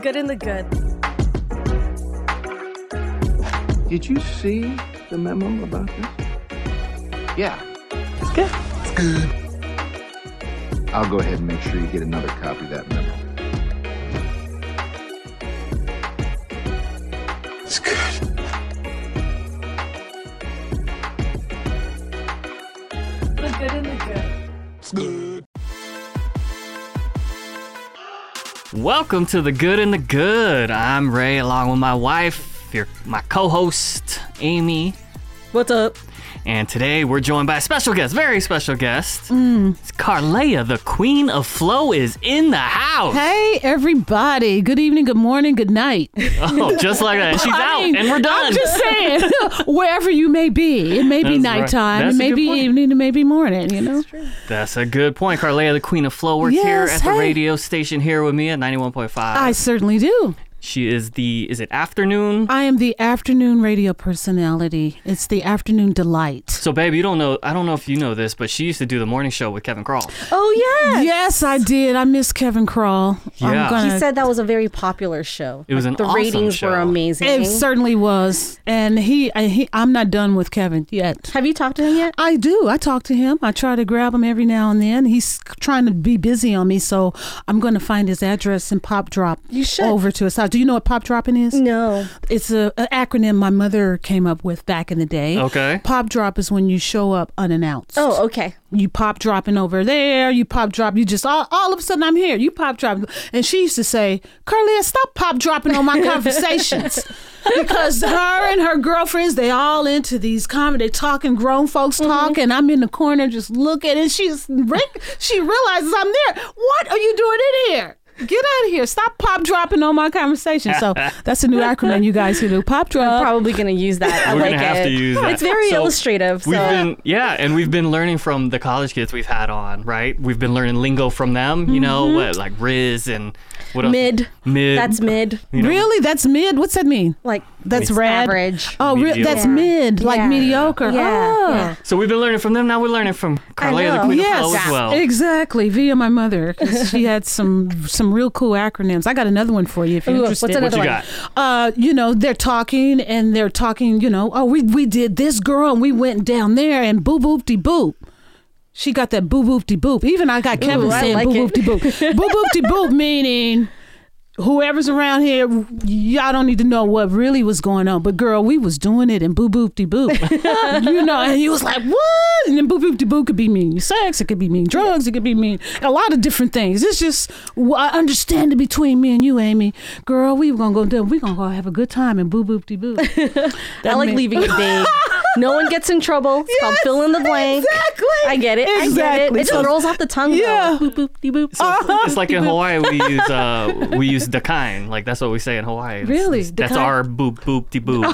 good and the good. Did you see the memo about this? Yeah, It's good. I'll go ahead and make sure you get another copy of that memo. It's good. The good and the good. It's good. Welcome to the Good and the Good. I'm Ray, along with my wife, your my co-host Amy, What's up? and today we're joined by a special guest, very special guest. Mm. It's Carlea, the Queen of Flow, is in the house. Hey, everybody. Good evening, good morning, good night. Oh, just like that. She's I out, mean, and we're done. I'm just saying, wherever you may be, it may be That's right. nighttime, That's it a may good be point. evening, it may be morning, you know? That's a good point. Carlea, the Queen of Flow, works here Yes, at the hey. radio station here with me at 91.5. I certainly do. she is the, is it afternoon? I am the afternoon radio personality. It's the afternoon delight. so, babe, you don't know, I don't know if you know this, but she used to do the morning show with Kevin Crawl. Oh yeah. Yes, I did. I miss Kevin Crawl. Yeah. I'm gonna, He said that was a very popular show. It was an the awesome ratings show. were amazing. it certainly was. And he, I, he, I'm not done with Kevin yet. Have you talked to him yet? I do. I talk to him. I try to grab him every now and then. He's trying to be busy on me, so I'm going to find his address and pop drop You should. over to his house. Do you know what pop dropping is? No. It's a, a acronym my mother came up with back in the day. Okay. Pop drop is when you show up unannounced. Oh, okay. You pop dropping over there. You pop drop. You just all, all of a sudden I'm here. You pop dropping, and she used to say, "Carlia, stop pop dropping on my conversations," because her and her girlfriends they all into these comedy they talking grown folks Mm-hmm. talk, and I'm in the corner just looking, and she's re- she realizes I'm there. What are you doing in here? Get out of here! Stop pop dropping on my conversation. So that's a new acronym you guys who do pop drop. I'm probably gonna use that. I We're like gonna have it. to use that. It's very So, illustrative. So We've been yeah, and we've been learning from the college kids we've had on, right? We've been learning lingo from them, you know, what like Riz and what else? Mm-hmm. mid. Mid. That's mid. you know. Really? That's mid. What's that mean? Like That's it's rad. average. Oh, re- Mediocre. that's mid, like Yeah. mediocre. Yeah, Oh. yeah. So we've been learning from them. Now we're learning from Carlea the know. Queen Yes, of Flow as well. exactly. Via my mother, 'cause she had some some real cool acronyms. I got another one for you if you're Ooh, what's interested. another What you one? got? uh, you know, they're talking and they're talking. You know, oh, we we did this girl and we went down there and boo boop de boop. She got that boo boop de boop. Even I got Kevin I saying like boo it. boop de boop. Boo boop de boop meaning whoever's around here, y'all don't need to know what really was going on. But girl, we was doing it and boo boop de boop. you know, and you was like, what? And then boo boop de boop could be mean sex, it could be mean drugs, it could be mean a lot of different things. It's just wh- I understand it between me and you, Amy. Girl, we were gonna go do we gonna go have a good time and boo boop de boop. I like leaving it vague. No one gets in trouble. It's called Yes, fill in the blank. exactly. I get it. I get it. Exactly. It So- just rolls off the tongue. Yeah. Uh-huh. Though. Boop boop dee boop. So it's- it's like in Hawaii we use uh we use dakain. Like that's what we say in Hawaii. It's- Really? it's- That's Dakain? our boop boop de boop.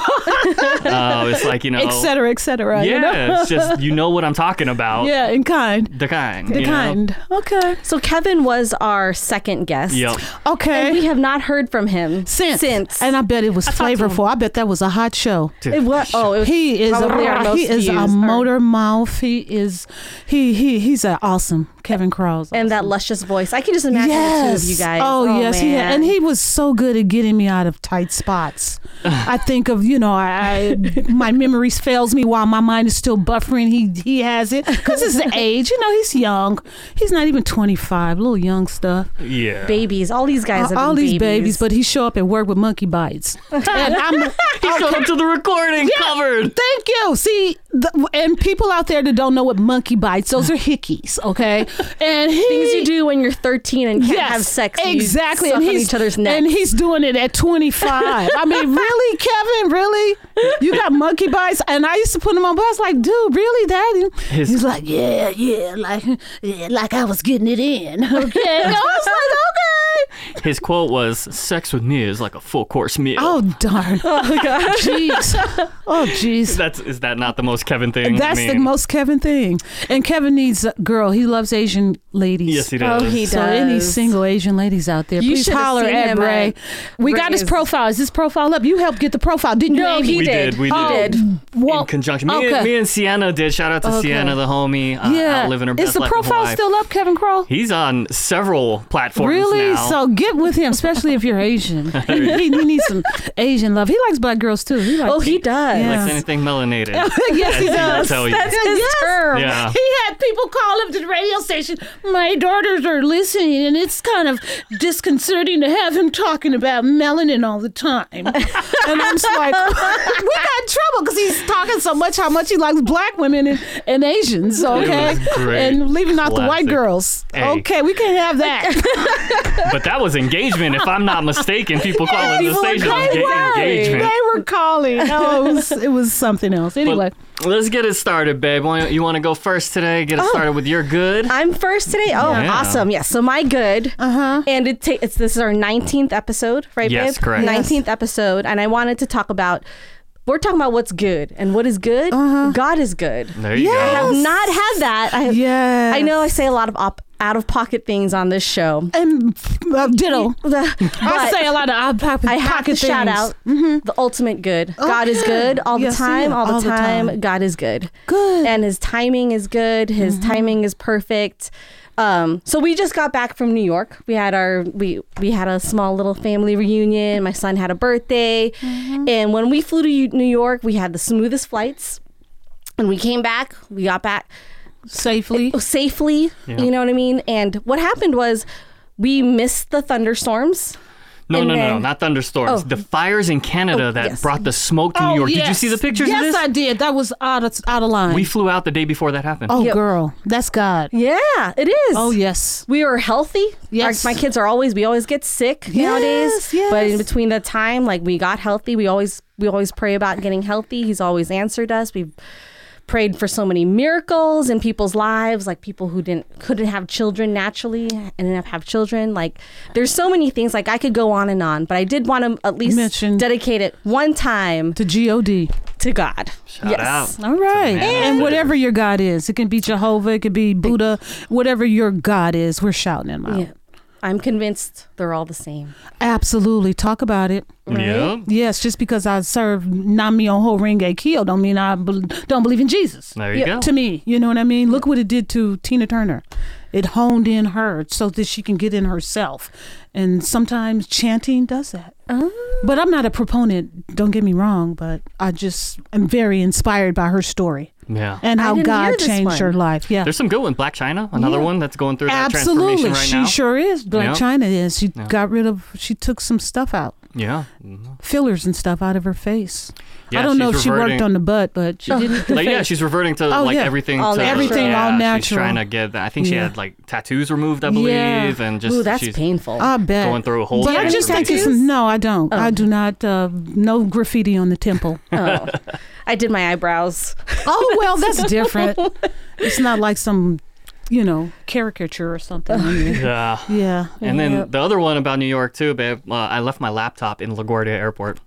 uh, it's like, you know Et cetera, et cetera. Yeah, you know? it's just you know what I'm talking about. yeah, in kind. Dakain. The you know? kind. Okay. so Kevin was our second guest. Yep. Okay. And we have not heard from him since. Since. And I bet it was flavorful. I bet that was a hot show. it was, oh, it was He is probably our a, most he is views, a or- motor mouth. He is he he he's an awesome Kevin Crows. and that luscious voice. I can just imagine the two of you guys. Oh, yes, he man. and he was so good at getting me out of tight spots. I think of you know, I, I my memory fails me while my mind is still buffering. He he has it because it's the age. You know, he's young. He's not even twenty five. Little young stuff. Yeah. babies. All these guys. have all been these babies, but he show up at work with monkey bites. and I'm He showed up to the recording covered. Thank you. See, the, and people out there that don't know what monkey bites, those are hickeys, okay? And he, things you do when you're 13 and can't Yes, have sex. and you exactly. suck and on he's each other's neck. and he's doing it at 25. I mean, really, Kevin? Really? You got monkey bites? And I used to put him on. But I was like, dude, really, that? His- he's like, yeah, yeah, like, yeah, like I was getting it in. Okay, I was like, okay. His quote was, "Sex with me is like a full course meal." Oh darn! Oh god! Jeez! Oh jeez! that's is that not the most Kevin thing? I That's the mean, most Kevin thing. And Kevin needs a girl. He loves Asian ladies. Yes, he Oh, does. he So any does. single Asian ladies out there, You please should've holler seen at him Ray. at We got his Ray's- profile. Is his profile up? You helped get the profile, didn't no, you? he We did. did, we Oh. He did. did. well, in conjunction. Me, okay. and, me and Sienna did. Shout out to Okay. Sienna, the homie. Uh, yeah. out living her best Is the life in profile Hawaii. still up, Kevin Crow? He's on several platforms Really? now. So get it with him, especially if you're Asian. he, he needs some Asian love. He likes black girls too. He likes Oh, he does. Yeah. Likes anything melanated. yes, he Yes, does. that's how he- That's his Yes. term. Yeah. He had people call up to the radio station. My daughters are listening, and it's kind of disconcerting to have him talking about melanin all the time. and I'm just like, we got in trouble because he's talking so much how much he likes black women and, and Asians, okay? was great. And leaving out the white Classic. girls. Hey. Okay, we can't have that. But that was engagement, if I'm not mistaken. People calling the People were station calling. was ga- engagement. they were calling. Oh, it was, it was something else. But Anyway. let's get it started, babe. Why- You want to go first today? Get it Oh. started with your good. I'm first today. Oh, Yeah. awesome. Yes. So my good. Uh-huh. And it ta- it's this is our 19th episode, right Yes, babe? correct. 19th episode and I wanted to talk about we're talking about what's good and what is good? Uh-huh. God is good. there you I have Yes. not had that. I have, Yes. I know I say a lot of op- out of pocket things on this show. And uh, diddle. I But- say a lot of out pocket, I have pocket to shout things. out the ultimate good. God is Okay. good all Yes, the time, yeah, all, the, all the time, time. God is good. Good. Mm-hmm. And his timing is good. His timing is perfect. Um, so we just got back from New York. We had our we we had a small little family reunion. My son had a birthday, Mm-hmm. and when we flew to U- New York, we had the smoothest flights. And we came back. We got back safely. safely. You know what I mean. And what happened was, we missed the thunderstorms. No, And no, no, no, then- not Oh. thunderstorms. The fires in Canada that yes. brought the smoke to New York. Did you see the pictures Yes, of this? I did. That was out of out of line. we flew out the day before that happened. oh, Yep. girl, that's God. Yeah, it is. Oh yes, we are healthy. Yes. Our- my kids are always we always get sick nowadays. yes. But in between the time like we got healthy, we always we always pray about getting healthy. He's always answered us. We've prayed for so many miracles in people's lives, like people who didn't couldn't have children naturally ended up have children. Like there's so many things. Like I could go on and on, but I did want to at least Mention- dedicate it one time to God. to God. Shout yes. out. All right, man. and And- whatever your God is, it can be Jehovah, it could be Buddha, whatever your God is, we're shouting him out. Yeah. I'm convinced they're all the same. Absolutely, talk about it. Yeah. Yes, just because I serve Namio Renge Kyo don't mean I bel don't believe in Jesus. There you go. to me. You know what I mean? Look what it did to Tina Turner. It honed in her so that she can get in herself. And sometimes chanting does that. Oh. But I'm not a proponent, don't get me wrong, but I just am very inspired by her story Yeah. and I how didn't hear God this changed one. her life. Yeah. There's some good one. Black China, another Yeah. one that's going through that Absolutely. transformation right she now. sure is. Black Yeah. China is. She got rid of she took some stuff out, yeah. fillers and stuff out of her face. Yeah, I don't know if she's she worked reverting- on the butt, but she didn't Like, yeah, she's reverting to Oh, like yeah. everything. All to, natural. Everything yeah, all She's natural. trying to get that. I think she Yeah. had like tattoos removed, I believe, Yeah. and just Ooh, that's she's painful. I bet. going through a whole. But I any just think it's tattoos? no, I don't. I do not. Uh, no graffiti on the temple. Oh, I did my eyebrows. oh well, that's different. It's not like some, you know, caricature or something. on you. Yeah. yeah. And then the other one about New York too, babe. Uh, I left my laptop in LaGuardia Airport.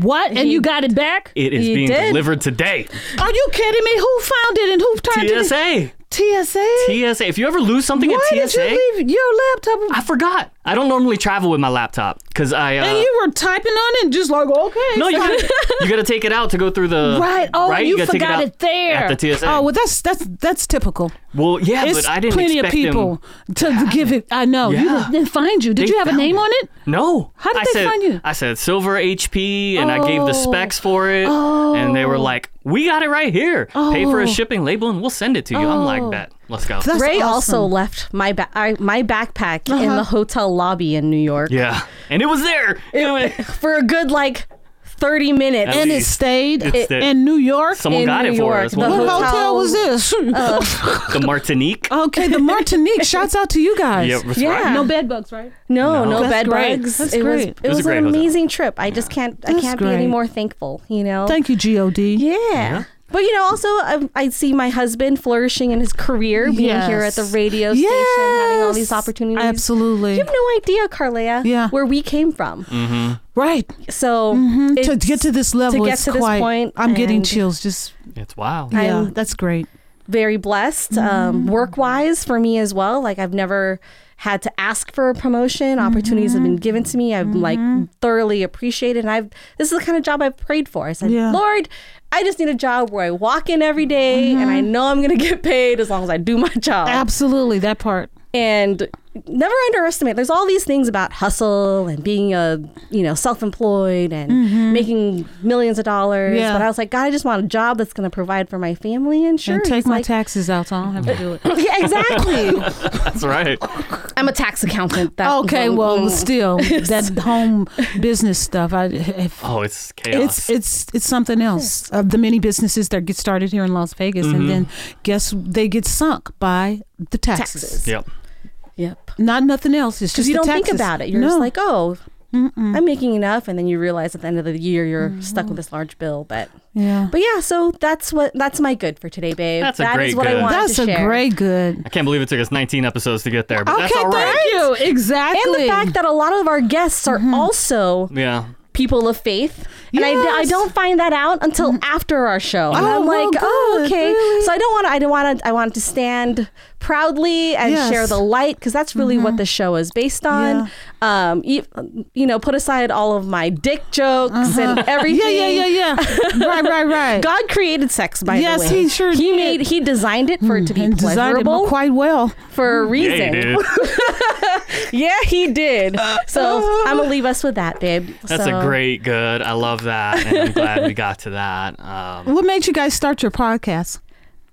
what? And you got it back? It is You being did? delivered today. Are you kidding me? Who found it and who turned it? TSA. TSA. TSA. TSA. If you ever lose something Why at did TSA, you leave your laptop? I forgot. I don't normally travel with my laptop because I. Uh, and you were typing on it, and just like okay. no, you so- gotta, you gotta take it out to go through the Right. Oh, you, gotta take forgot out it, there at the TSA. Oh, well, that's that's that's typical. well, yeah, It's but I didn't plenty of expect them- people to give it. I know. Yeah. You didn't find you. Did They you have a found name it. on it? No. How did I they said, find you? Oh. I said silver HP, and I gave the specs for it, and they were like, "We got it right here. Pay for Oh. a shipping label, and we'll send it to you." I'm like, "Bet. Let's go." That's Ray awesome. Uh-huh. also left my ba- I, my backpack in the hotel lobby in New York yeah, and it was there. Anyway, for a good like 30 minutes. At and it least. stayed It's the- in New York. someone in got New it for York, us. the One what of hotel, hotel- was this? the Martinique. okay, the Martinique. Shouts out to you guys. Yeah, that's Yeah. right. Oh, No bed bugs, right? no, no, That's bed great. bugs. That's it was great. it, was a was, great an hotel. amazing trip. I just can't I That's can't be any great. more thankful, you know. Thank you, God. yeah. But you know, also I, I see my husband flourishing in his career, being here at Yes. the radio station, having all these Yes. opportunities. Absolutely. You have no idea, Carlea, Yeah. where we came from. Right. So Mm-hmm. To it's- get to this level, get it's to this quite- point I'm getting and- chills. Just It's wild. yeah, I'm- that's great. very blessed Mm-hmm. um, work wise for me as well. Like I've never had to ask for a promotion. Mm-hmm. Opportunities have been given to me. I've like thoroughly appreciated. And I've this is the kind of job I've prayed for. I said, Yeah. Lord, I just need a job where I walk in every Mm-hmm. day and I know I'm gonna get paid as long as I do my job. Absolutely, that part. and never underestimate. There's all these things about hustle and being a you know self-employed and making millions of dollars. Mm-hmm. Yeah. But I was like, God, I just want a job that's going to provide for my family and sure, and take it's my like- taxes out, so I don't have to do it. yeah, exactly. That's right. I'm a tax accountant. That Okay, um, well, mm. still that home business stuff. I if, Oh, it's chaos. it's it's it's something else. Of the many businesses that get started here in Las Vegas, and then guess they get sunk by the taxes. Taxes. yep. Yep. Not nothing else. It's just Because you the don't think taxes. about it. You're No. just like, oh, I'm making enough, and then you realize at the end of the year you're Mm-hmm. stuck with this large bill. But yeah. but yeah, so that's what that's my good for today, babe. That's a That great is what good. I wanted That's to a share. great good. I can't believe it took us 19 episodes to get there, but that's okay, all right. thank you. And Exactly. Mm-hmm. the fact that a lot of our guests are also Yeah. people of faith. And I, I Yes. Mm-hmm. don't find that out until after our show. and Oh, I'm well, like, oh, good, okay. really? So I don't want to, I don't want to, I want to stand proudly and Yes. Mm-hmm. share the light because that's really what the show is based on. Um, e- you know, put aside all of my dick jokes and everything. Uh-huh. yeah, yeah, yeah, yeah. right, right, right. God created sex, by Yes, the way. he sure He did. made, he designed it for it to be and designed it pleasurable quite well. for a reason. Yay, dude. Yeah, he did. So I'm gonna leave us with that, babe. That's so, a great good. I love that. And I'm glad we got to that. Um, What made you guys start your podcast?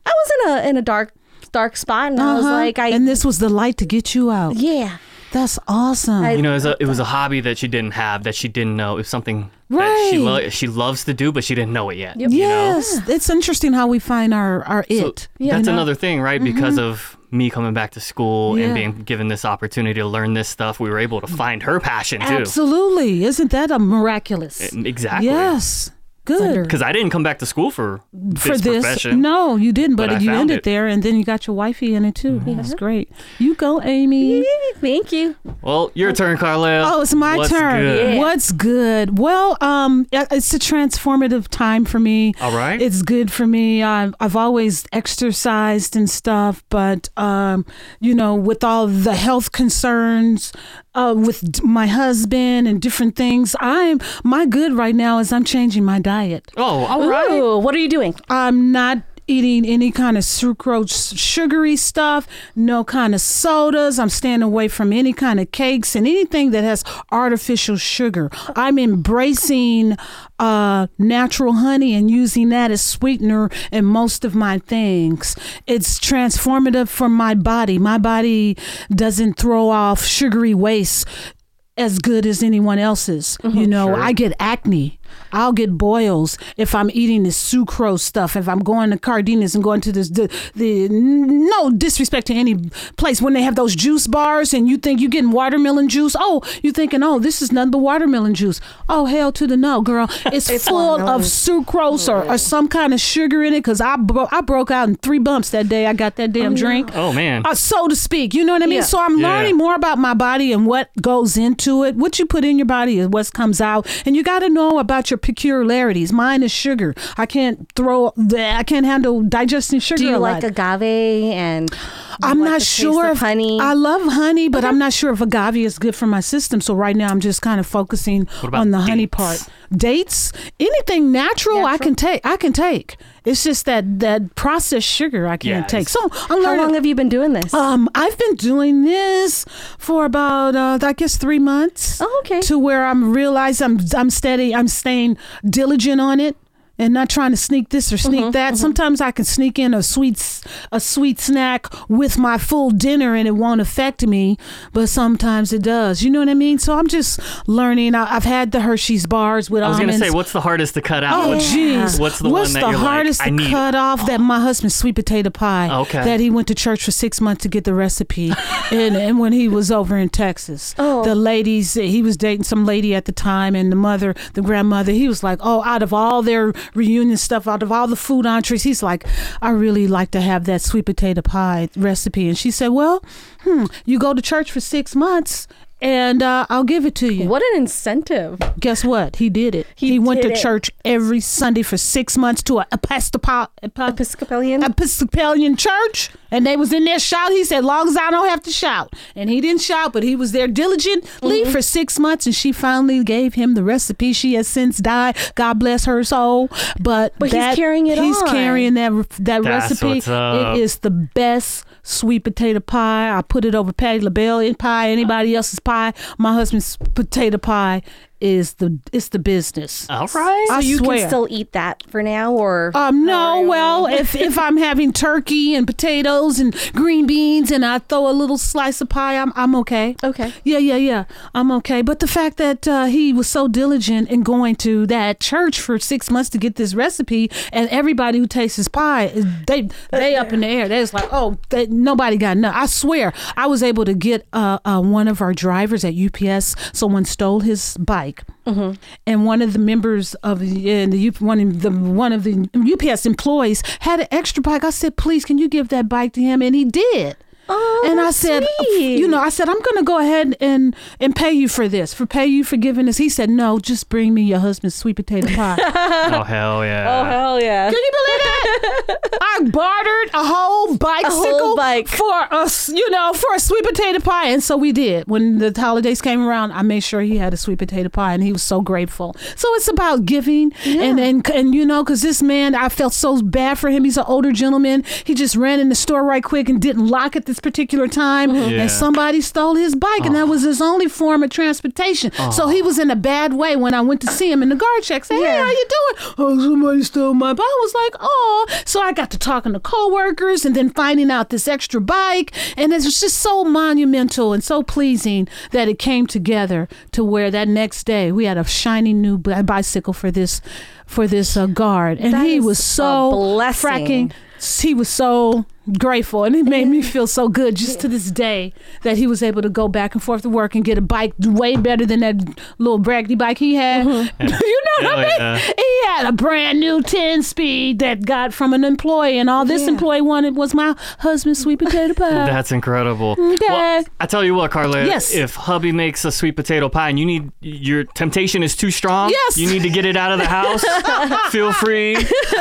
I was in a in a dark dark spot, and I was Uh-huh. like, I and this was the light to get you out. yeah, That's awesome. I- you know, it was, a, it was a hobby that she didn't have, that she didn't know. It was something that she, Right. lo- she loves to do, but she didn't know it yet. You know? yes, it's interesting how we find our our it. That's you know? Mm-hmm. another thing, right? Because of me coming back to school Yeah. and being given this opportunity to learn this stuff, we were able to find her passion too. Absolutely, isn't that a miraculous? Exactly. Yes, good Because I didn't come back to school for this for this. profession. No, you didn't, but, but I you found ended it. there, and then you got your wifey in it too. That's great. You go, Amy. thank you. Well, your turn, Carlisle. Oh, it's my What's turn. good? Yeah. What's good? Well, um, it- it's a transformative time for me. All right. It's good for me. I've, I've always exercised and stuff, but, um, you know, with all the health concerns, uh, with d- my husband and different things, I'm, my good right now is I'm changing my diet. Oh, all right. Ooh, what are you doing? I'm not eating any kind of sucrose sugary stuff no kind of sodas i'm staying away from any kind of cakes and anything that has artificial sugar i'm embracing uh, natural honey and using that as sweetener in most of my things it's transformative for my body my body doesn't throw off sugary waste as good as anyone else's. You know, I get acne. I'll get boils if I'm eating this sucrose stuff. If I'm going to Cardenas and going to this the, the no disrespect to any place when they have those juice bars and you think you're getting watermelon juice. Oh, you thinking oh this is nothing but watermelon juice. Oh hell to the no, girl. It's, full of sucrose or, or some kind of sugar in it. Cause I bro- I broke out in three bumps that day. I got that damn drink Oh, man. uh, so to speak. You know what I mean? Yeah. So I'm Yeah. learning more about my body and what goes into it. What you put in your body is what comes out, and you got to know about your peculiarities. Mine is sugar. I can't throw. I can't handle digesting sugar. Do you a like lot. agave and? do you I'm like not the taste sure of honey. I love honey, but I'm not sure if agave is good for my system. So right now I'm just kind of focusing about on the honey dates? part. Dates, anything natural, I can take. I can take. It's just that that processed sugar I can't Yes. take. So I'm How learning. long have you been doing this? Um, I've been doing this for about uh, I guess three months. Oh, okay. To where I'm realize I'm I'm steady. I'm staying diligent on it. And not trying to sneak this or Mm-hmm, sneak that. Sometimes I can sneak in a sweet, s- a sweet snack with my full dinner, and it won't affect me. But sometimes it does. You know what I mean? So I'm just learning. I, I've had the Hershey's bars with I was going almonds. to say, what's the hardest to cut out? Oh, What's- jeez. What's the one that you're hardest like, I to need? Oh, cut off that my husband's sweet potato pie Okay. that he went to church for six months to get the recipe and, and when he was over in Texas. Oh. The ladies, he was dating some lady at the time and the mother, the grandmother, he was like, oh, out of all their reunion stuff, out of all the food entrees, he's like, I really like to have that sweet potato pie recipe. And she said, well, hmm, you go to church for six months and uh, I'll give it to you what an incentive! guess what? He did it. He, He went did to it. church every Sunday for six months to a Episcopal, Episcopal, Episcopalian. Episcopalian church, and they was in there shouting. He said, "Long as I don't have to shout," and he didn't shout, but he was there diligently Mm-hmm. for six months, and she finally gave him the recipe. She has since died. God bless her soul. But But he's that- carrying it He's on. carrying that that That's recipe. what's up. It is the best sweet potato pie. I put it over Patty LaBelle pie, anybody else's pie. My husband's potato pie is the it's the business. All right. So I you swear. can still eat that for now, or Um, no, well, if if I'm having turkey and potatoes and green beans and I throw a little slice of pie, I'm I'm okay. Okay. Yeah, yeah, yeah. I'm okay. But the fact that uh, he was so diligent in going to that church for six months to get this recipe, and everybody who tastes his pie, is- they they up in the air. They was like, oh, they, nobody got nothing. I swear, I was able to get uh, uh, one of our drivers at UPS. Someone stole his bike, and one of the members of the, and the U- one of the one of the UPS employees had an extra bike. I said, please, can you give that bike to him? And he did. Oh, and I that's said, sweet. you know, I said I'm going to go ahead and and pay you for this, for pay you for giving this. He said, no, just bring me your husband's sweet potato pie. Can Oh hell oh yeah. hell yeah. you believe that? I bartered a whole bicycle bike. for a s- you know for a sweet potato pie, and so we did. When the holidays came around, I made sure he had a sweet potato pie, and he was so grateful. So it's about giving, and and and you know, because this man, I felt so bad for him. He's an older gentleman. He just ran in the store right quick and didn't lock at this particular time, Yeah. and somebody stole his bike, and that was his only form of transportation. So he was in a bad way when I went to see him in the guard check. Say, hey, Yeah. how you doing? Oh, somebody stole my bike. I was like, oh. So I got to talking to coworkers and then finding out this extra bike. And it was just so monumental and so pleasing that it came together to where that next day we had a shiny new bi- bicycle for this for this uh, guard. And That he is was a so blessing. fracking he was so grateful and it made me feel so good just to this day that he was able to go back and forth to work and get a bike way better than that little braggy bike he had. you know what I Yeah. mean? He had a brand new 10 speed that got from an employee and all this employee wanted was my husband's sweet potato pie. That's incredible. Yeah. Well, I tell you what, Carla. Mm, Yes. If hubby makes a sweet potato pie and you need your temptation is too strong, Yes. you need to get it out of the house. feel free.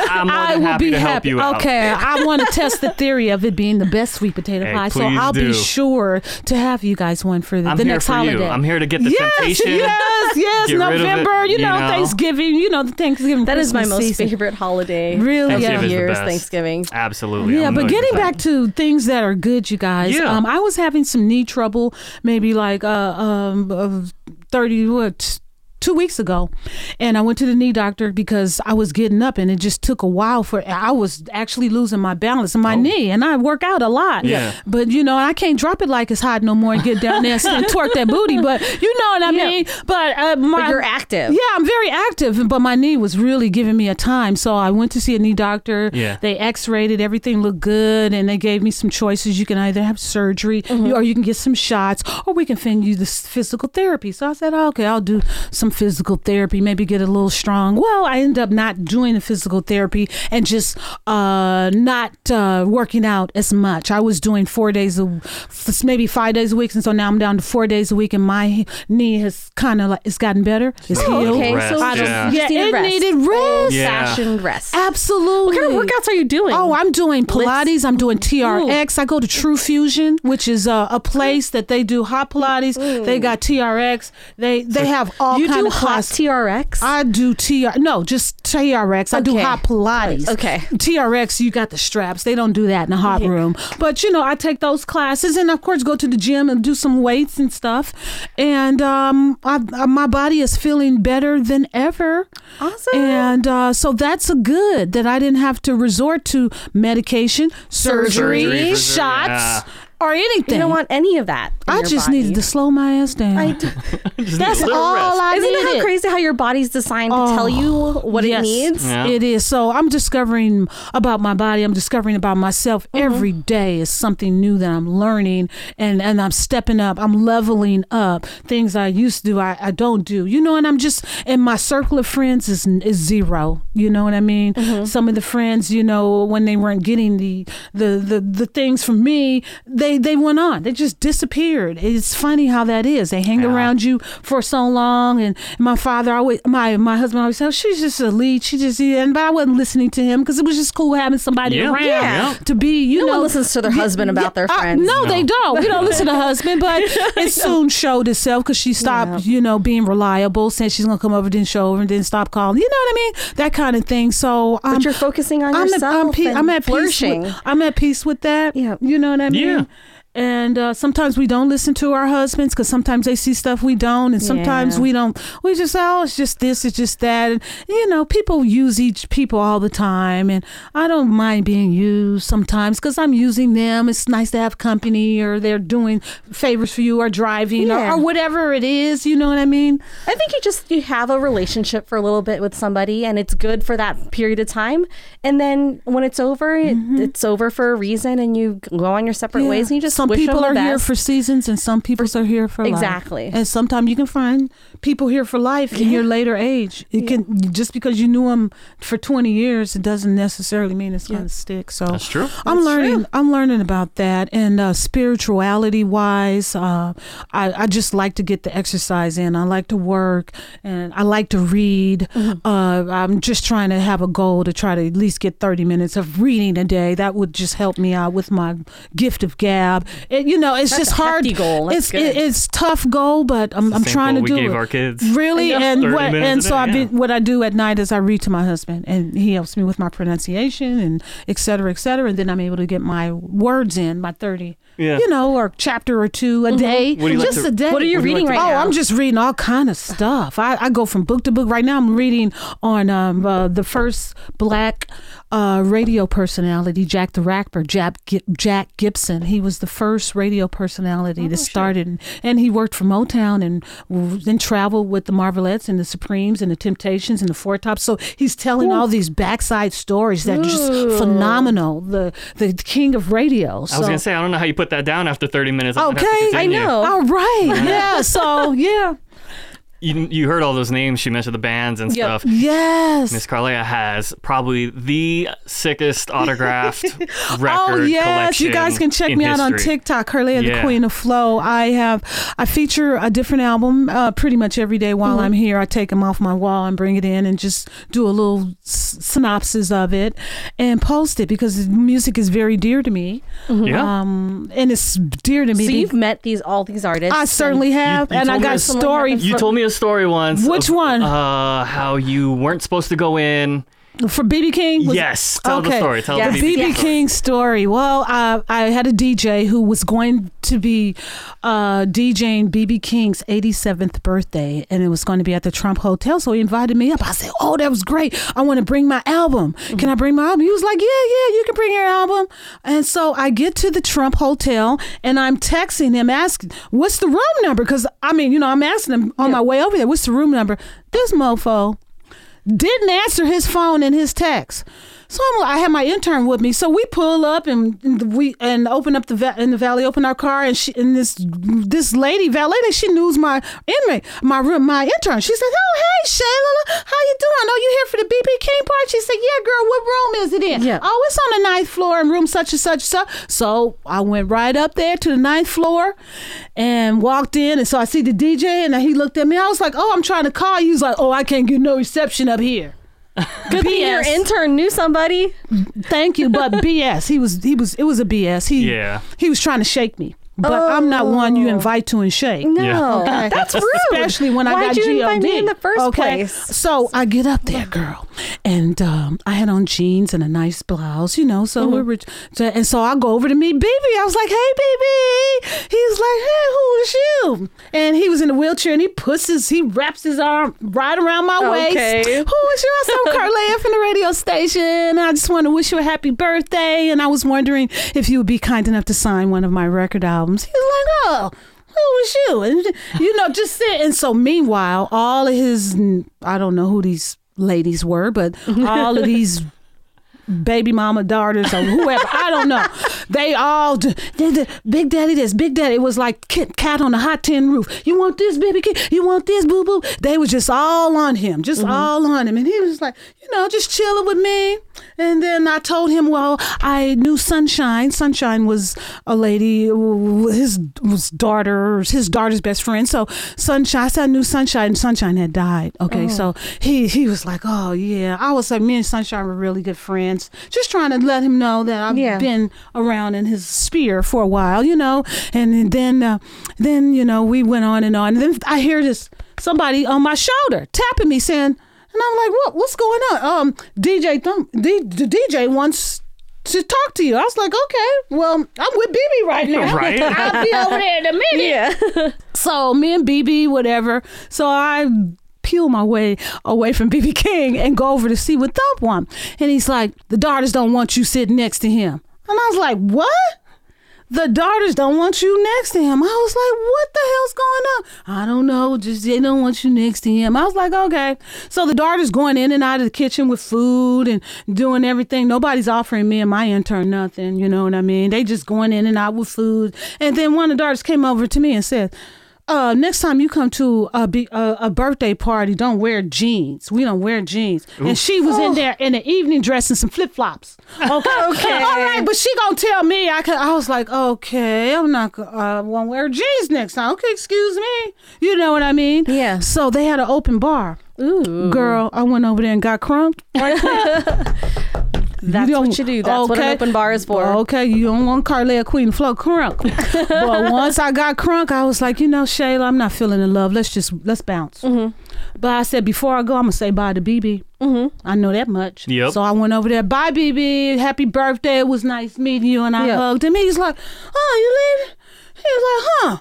I'm more I than will happy be to help happy. you out. okay, I want to test the theory of it being the best sweet potato Hey, pie, so please I'll do. be sure to have you guys one for the, I'm the here next for holiday. you. I'm here to get the yes, temptation. Yes, yes, Get rid of it, November, you, you know, know. Thanksgiving, you know, the Thanksgiving. That is my Christmas most season. favorite holiday. Really? of the Thanksgiving Yeah. is the years, best. Thanksgiving. Absolutely. Yeah, I'm but with you. getting back to things that are good, you guys. Yeah. Um, I was having some knee trouble, maybe like uh, um, of thirty what. Two weeks ago, and I went to the knee doctor because I was getting up, and it just took a while for I was actually losing my balance in my knee, and I work out a lot. Oh. Yeah. But you know, I can't drop it like it's hot no more and get down there and twerk that booty. But you know what I Yeah. mean. But uh, my But you're active. Yeah, I'm very active, but my knee was really giving me a time. So I went to see a knee doctor. Yeah. They x-rayed it. Everything looked good. And they gave me some choices. You can either have surgery or you can get some shots or we can send you this physical therapy. So I said, oh, okay, I'll do some physical therapy, maybe get a little strong. Well, I ended up not doing the physical therapy and just uh, not uh, working out as much. I was doing four days, a, f- maybe five days a week. And so now I'm down to four days a week and my knee has kind of like, it's gotten better. It's Oh, healed. okay. Rest, so yeah. just- Yeah, Oh, just Yeah, need a it rest. needed rest. Yeah. Fashioned rest. Absolutely. What kind of workouts are you doing? Oh, I'm doing Pilates. I'm doing TRX. I go to True Fusion, which is a, a place that they do hot Pilates. They got TRX. They they have all you kind do of hot classes. TRX. I do TR. No, just TRX. I do Okay. hot Pilates. Okay. TRX, you got the straps. They don't do that in the hot room. But you know, I take those classes, and of course, go to the gym and do some weights and stuff. And um, I, I, my body is feeling better than ever. Awesome. And uh, so that's a good that I didn't have to resort to medication, surgery, Surgery, for sure, shots, or anything. you don't want any of that. in I your just body. needed to slow my ass down. I do. Just need a that's all little rest. I Isn't needed. it how crazy how your body's designed to tell you what Oh, Yes. it needs? Yeah. It is. So I'm discovering about my body. I'm discovering about myself. Mm-hmm. Every day is something new that I'm learning and, and I'm stepping up. I'm leveling up. Things I used to do, I, I don't do. You know, and I'm just, and my circle of friends is, is zero. You know what I mean? Mm-hmm. Some of the friends, you know, when they weren't getting the, the, the, the things from me, they they they went on. They just disappeared. It's funny how that is. They hang Yeah. around you for so long. And my father always, my my husband always said, she's just a lead. She just, yeah." but I wasn't listening to him because it was just cool having somebody Yeah. around Yeah. Yeah. to be. You No know, one listens to their husband yeah, about their I- friends. no, they don't. We don't listen to husband, but it soon showed itself because she stopped, you know, being reliable. Saying she's gonna come over, didn't show over, and then stop calling. You know what I mean? That kind of thing. So, um, you're focusing on I'm At, I'm, yourself pe- and I'm at flourishing. peace. With, I'm at peace with that. Yeah. you know what I mean. Yeah. And uh, sometimes we don't listen to our husbands because sometimes they see stuff we don't, and sometimes Yeah. we don't. We just oh, it's just this, it's just that, and you know, people use each people all the time, and I don't mind being used sometimes because I'm using them. It's nice to have company, or they're doing favors for you, or driving, Yeah. or, or whatever it is. You know what I mean? I think you just you have a relationship for a little bit with somebody, and it's good for that period of time. And then when it's over, it, it's over for a reason, and you go on your separate Mm-hmm. Yeah. ways, and you just some wish them people the are best. here for seasons and some people are here for life. Exactly. And sometimes you can find people here for life in your later age. It can just because you knew them for twenty years, it doesn't necessarily mean it's going to stick. So That's true. I'm learning. I'm learning about that and uh, spirituality wise. Uh, I, I just like to get the exercise in. I like to work and I like to read. Mm-hmm. Uh, I'm just trying to have a goal to try to at least get 30 minutes of reading a day. That would just help me out with my gift of gab. It, you know, it's That's just a hard. hefty goal. That's it's it, good. it's tough goal, but I'm, I'm Same trying to goal do we gave it. our kids. Really, I know. and 30 what, minutes and a so day, I've yeah. been what I do at night is I read to my husband, and he helps me with my pronunciation and et cetera, et cetera. And then I'm able to get my words in, my 30, Yeah. you know, or chapter or two a day. What do you like just to- a day. Mm-hmm. What are you What do you reading like to- oh, right now? I'm just reading all kind of stuff. I, I go from book to book. Right now, I'm reading on um, uh, the first black uh, radio personality, Jack the Rapper, Jack, Gi- Jack Gibson. He was the first radio personality Oh, that started, and, and he worked for Motown and w- then traveled with the Marvelettes and the Supremes and the Temptations and the Four Tops. So he's telling all these backside stories that are just phenomenal. The the king of radio. I was So- gonna say I don't know how you put that down after 30 minutes. I'm gonna have to Okay, I continue. know. all right. Yeah. So yeah. You, you heard all those names she mentioned the bands and Yep. stuff. Yes. Miss Carlea has probably the sickest autographed record Oh yes, you guys collection can check in me out on history. TikTok, Carlea the Yeah. Queen of Flow. I have I feature a different album uh, pretty much every day while Mm-hmm. I'm here. I take them off my wall and bring it in and just do a little s- synopsis of it and post it because music is very dear to me. Yeah. Um, and it's dear to me. So be- you've met these all these artists. I certainly have, you and I told got us- Someone story happened you told me a story once. Which of, one? Uh, how you weren't supposed to go in. for BB King. was- yes. Tell the story. Tell Yes. the BB BB BB King story. Well, uh, I had a DJ who was going to be uh, DJing BB King's 87th birthday, and it was going to be at the Trump Hotel. So he invited me up. I said, "Oh, that was great. I want to bring my album. Can I bring my album?" He was like, "Yeah, yeah, you can bring your album." And so I get to the Trump Hotel, and I'm texting him asking, "What's the room number?" Because I mean, you know, I'm asking him on my way over there, "What's the room number?" This mofo didn't answer his phone and his text. So I'm, I had my intern with me. So we pull up and and we and open up the va- in the valley, open our car, and she and this this lady valet that she knew's my inmate, my room, my intern. She says, "Oh hey Shayla, how you doing? Oh you here for the BB King part?" She said, "Yeah, girl. What room is it in? Yeah. Oh, it's on the ninth floor in room such and such such." So I went right up there to the ninth floor, and walked in, and so I see the DJ, and he looked at me. I was like, "Oh, I'm trying to call you." He's like, "Oh, I can't get no reception up here." Good thing your BS. intern knew somebody. Thank you, but BS. He was he was it was a BS. He Yeah. he was trying to shake me. But I'm not one you invite to and shake. No, Yeah. Okay. that's rude. Especially when I Why'd got you GOD. invite me in the first okay? place? So I get up there, girl, and um, I had on jeans and a nice blouse, you know. Mm-hmm. So we were, so- and so I go over to meet BB. I was like, "Hey, BB." He's like, "Hey, who is you?" And he was in a wheelchair, and he puts his, he wraps his arm right around my waist. Okay. Who is you? I said, "I'm Carlea from the radio station. I just want to wish you a happy birthday." And I was wondering if you would be kind enough to sign one of my record albums. He was like, "Oh." Who was you? And you know, just sit. And so, meanwhile, all of his, I don't know who these ladies were, but all of these baby mama daughters or whoever i don't know they all d- did the big daddy this big daddy it was like kit cat on a hot tin roof you want this baby kid you want this boo boo they was just all on him just all on him and he was like you know just chilling with me And then I told him, well, I knew Sunshine. Sunshine was a lady, who- his was daughter's, his daughter's best friend. So Sunshine, I said I knew Sunshine, and Sunshine had died. Okay, so he he was like, oh yeah. I was like, me and Sunshine were really good friends. Just trying to let him know that I've Yeah. been around in his sphere for a while, you know. And then uh, then you know we went on and on. And then I hear this somebody on my shoulder tapping me saying. And I'm like, what? What's going on? Um, DJ Thump, D- the DJ wants to talk to you. I was like, okay, well, I'm with BB right now. Right. I'll be over there in a minute. Yeah. So me and BB, whatever. So I peel my way away from BB King and go over to see what Thump want. And he's like, the daughters don't want you sitting next to him. And I was like, what? The daughters don't want you next to him. I was like, what the hell's going on? I don't know. Just they don't want you next to him. I was like, okay. So the daughters going in and out of the kitchen with food and doing everything. Nobody's offering me and my intern nothing. You know what I mean? They just going in and out with food. And then one of the daughters came over to me and said, uh, next time you come to a, be- a a birthday party, don't wear jeans. We don't wear jeans. And she was in there in an evening dress and some flip flops. Okay, okay, all right. But she gonna tell me I could. I was like, okay, I'm not. go- I won't wear jeans next time. Okay, excuse me. You know what I mean? Yeah. So they had an open bar. Ooh. Girl, I went over there and got crumped. That's don't- what you do. That's what an okay. open bar is for. Okay, you don't want Carlea Queen Flow crunk. but once I got crunk, I was like, you know, Shayla, I'm not feeling the love. Let's just let's bounce. Mm-hmm. But I said before I go, I'm gonna say bye to BB. Mm-hmm. I know that much. Yep. So I went over there. Bye, BB. Happy birthday. It was nice meeting you. And I Yeah. hugged him. He's like, oh, you leaving? He was like, huh.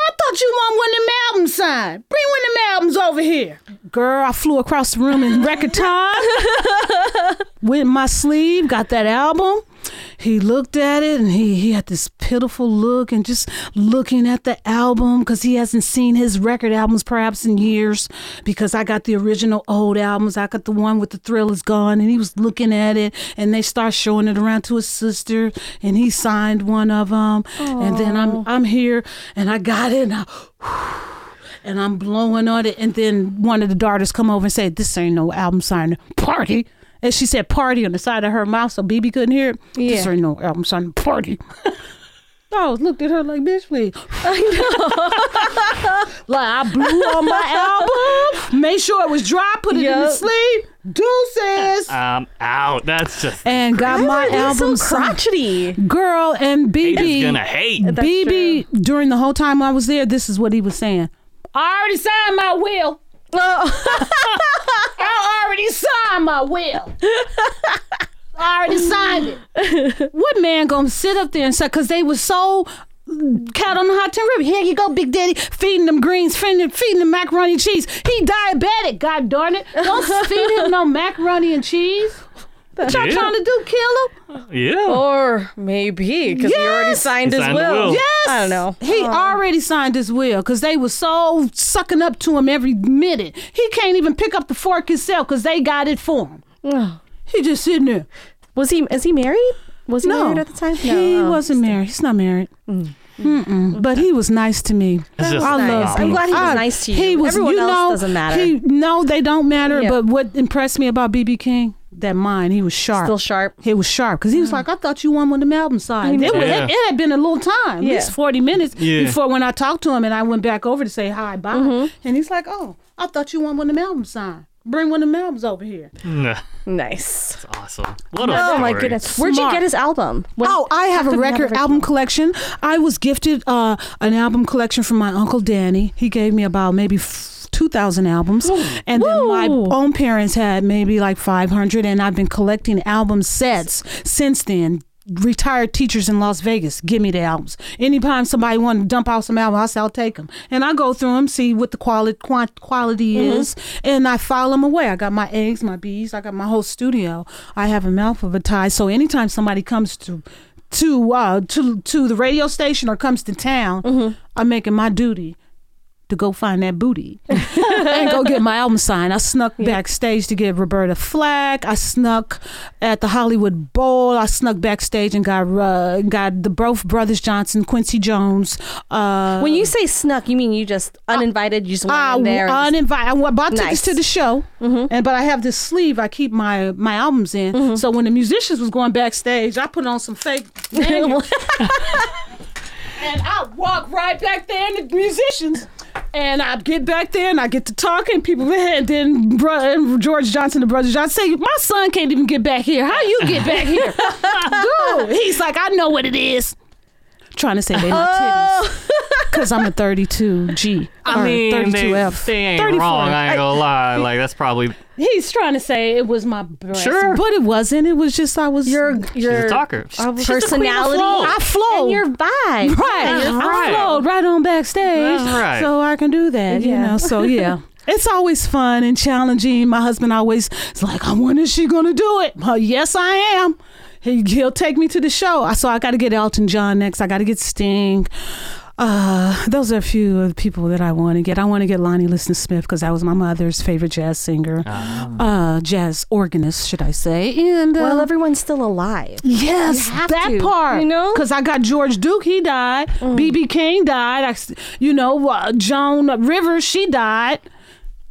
I thought you want when them albums signed. Bring when them albums over here. Girl, I flew across the room in record time. Went in my sleeve, got that album. He looked at it and he, he had this pitiful look and just looking at the album because he hasn't seen his record albums perhaps in years because I got the original old albums. I got the one with the thrill is gone and he was looking at it and they start showing it around to his sister and he signed one of them. And then I'm, I'm here and I got it and I, and I'm blowing on it. And then one of the daughters come over and say, "This ain't no album signing party." And she said "party" on the side of her mouth, so BB couldn't hear it. This Yeah. ain't no album signing party. I was looked at her like, "Bitch, please." like I blew on my album, made sure it was dry, put it in the Yup. sleeve, deuces, I'm um, out. That's just and got my That's album so signed. crotchety. Girl and BB haters gonna hate. BB during the whole time I was there, this is what he was saying. Oh. I already signed my will. I already signed my will. I already signed it. what man gonna sit up there and say? Because they were so cat on the hot tin ribbon. Here you go, Big Daddy, feeding them greens, feeding them, feeding them macaroni and cheese. He diabetic. God darn it! Don't feed him no macaroni and cheese. What y'all Yeah. trying to Oh. do? Kill him? Yeah. Or maybe because he already Yes! signed He his signed the will. will. Yes. Oh, I don't know. He already signed his will because they were so sucking up to him every minute. He can't even pick up the fork himself because they got it for him. He just sitting there. Was he? Is he married? Was he No. married at the time? he Oh. Mm. wasn't married. He's not married. Mm-mm. But he was nice to me. That's just I love nice. him. I'm glad he was I- nice to He you. was, Everyone you else know, doesn't matter. He, no, they don't matter. Yeah. But what impressed me about BB King, that mind, he was sharp. Still sharp. He was sharp because he was like, I thought you won when the album signed. It, was- Yeah. it, it had been a little time, at Yeah. least 40 minutes Yeah. before when I talked to him and I went back over to say hi, bye. Mm-hmm. And he's like, Oh, I thought you won when the album signed. Bring one of the albums over here. Nah, Nice. That's Mm, awesome. What a Oh my story. goodness. Where'd you Smart. get his album? When- Oh, I how have a come you record album collection. I was gifted uh, an album collection from my uncle Danny. He gave me about maybe f- 2,000 albums. And then my Woo. own parents had maybe like 500, and I've been collecting album sets since then. Retired teachers in Las Vegas give me the albums. Anytime somebody want to dump out some albums, I say I'll take them, and I go through them, see what the quality quant- quality is, and I file them away. I got my eggs, my bees, I got my whole studio. I have them alphabetized, so anytime somebody comes to to uh to to the radio station or comes to town, I'm making my duty to go find that booty and go get my album signed. I snuck backstage to get Roberta Flack. I snuck at the Hollywood Bowl. I snuck backstage and got uh, got the both brothers Johnson, Quincy Jones. Uh, When you say snuck, you mean you just uninvited, you just went I in there. and just- uninvited. I wa- bought tickets Nice. Mm-hmm. to the show, and but I have this sleeve I keep my my albums in. So when the musicians was going backstage, I put on some fake, manuals. and I walk right back there in the musicians. And I get back there and I get to talking. People, and then bro, and George Johnson, the brother Johnson, say, "My son can't even get back here. How you get back here, dude?" He's like, "I know what it is." Trying to say they my titties because I'm a 32G. Oh. I or mean, they, 32F. they ain't 34. wrong. I ain't gonna lie. Like that's probably He's trying to say it was my breast, Sure. but it wasn't. It was just I was your your talker. uh, She's personality flow. I flowed. and your vibe. Yeah, Right. your That's vibe. I right. flowed right on backstage. That's right. So I can do that, you Yeah. know. So yeah. It's always fun and challenging. My husband always is like, "Oh, "When is she gonna do it?" Well, yes, I am. He, he'll take me to the show. I So I got to get Elton John next. I got to get Sting. Uh, those are a few of the people that I want to get. I want to get Lonnie Liston Smith because that was my mother's favorite jazz singer, uh, jazz organist, should I say? And uh, Well, everyone's still alive. Yes, You have that to, part. you know? Mm. because I got George Duke, he died. BB King died. I s you know, uh, Joan Rivers, she died.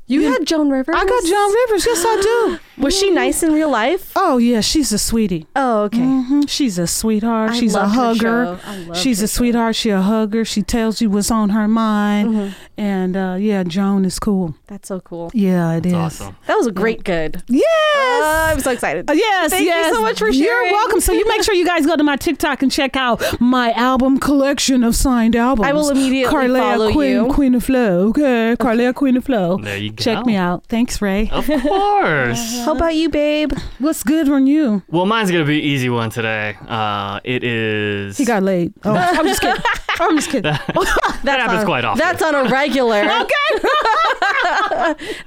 You had Joan Rivers. I got Joan Rivers. Yes, I do. Mm-hmm. Was she nice in real life? Oh yeah, she's a sweetie. Oh, okay. Mhm. She's a sweetheart. I She's a loved her hugger. show. I loved She's her a sweetheart. She a hugger. She tells you what's on her mind. Mm-hmm. And uh, yeah, Joan is cool. That's so cool. Yeah, it is. awesome. That was a great good. Yes. I'm so excited. Uh, Yes, Thank you yes. so much for You're sharing. welcome. So you make sure you guys go to my TikTok and check out my album collection of signed albums. I will immediately Carlea follow Queen, you. Queen of Flow. Okay, Carlea Queen of Flow. There you go. Oh. Check me out. Thanks, Ray. Of course. How about you, babe? What's good on you? well, mine's gonna be an easy one today. Uh, it is. He got laid. Oh, I'm just kidding. I'm just kidding. that happens on- quite often. That's on a regular. okay.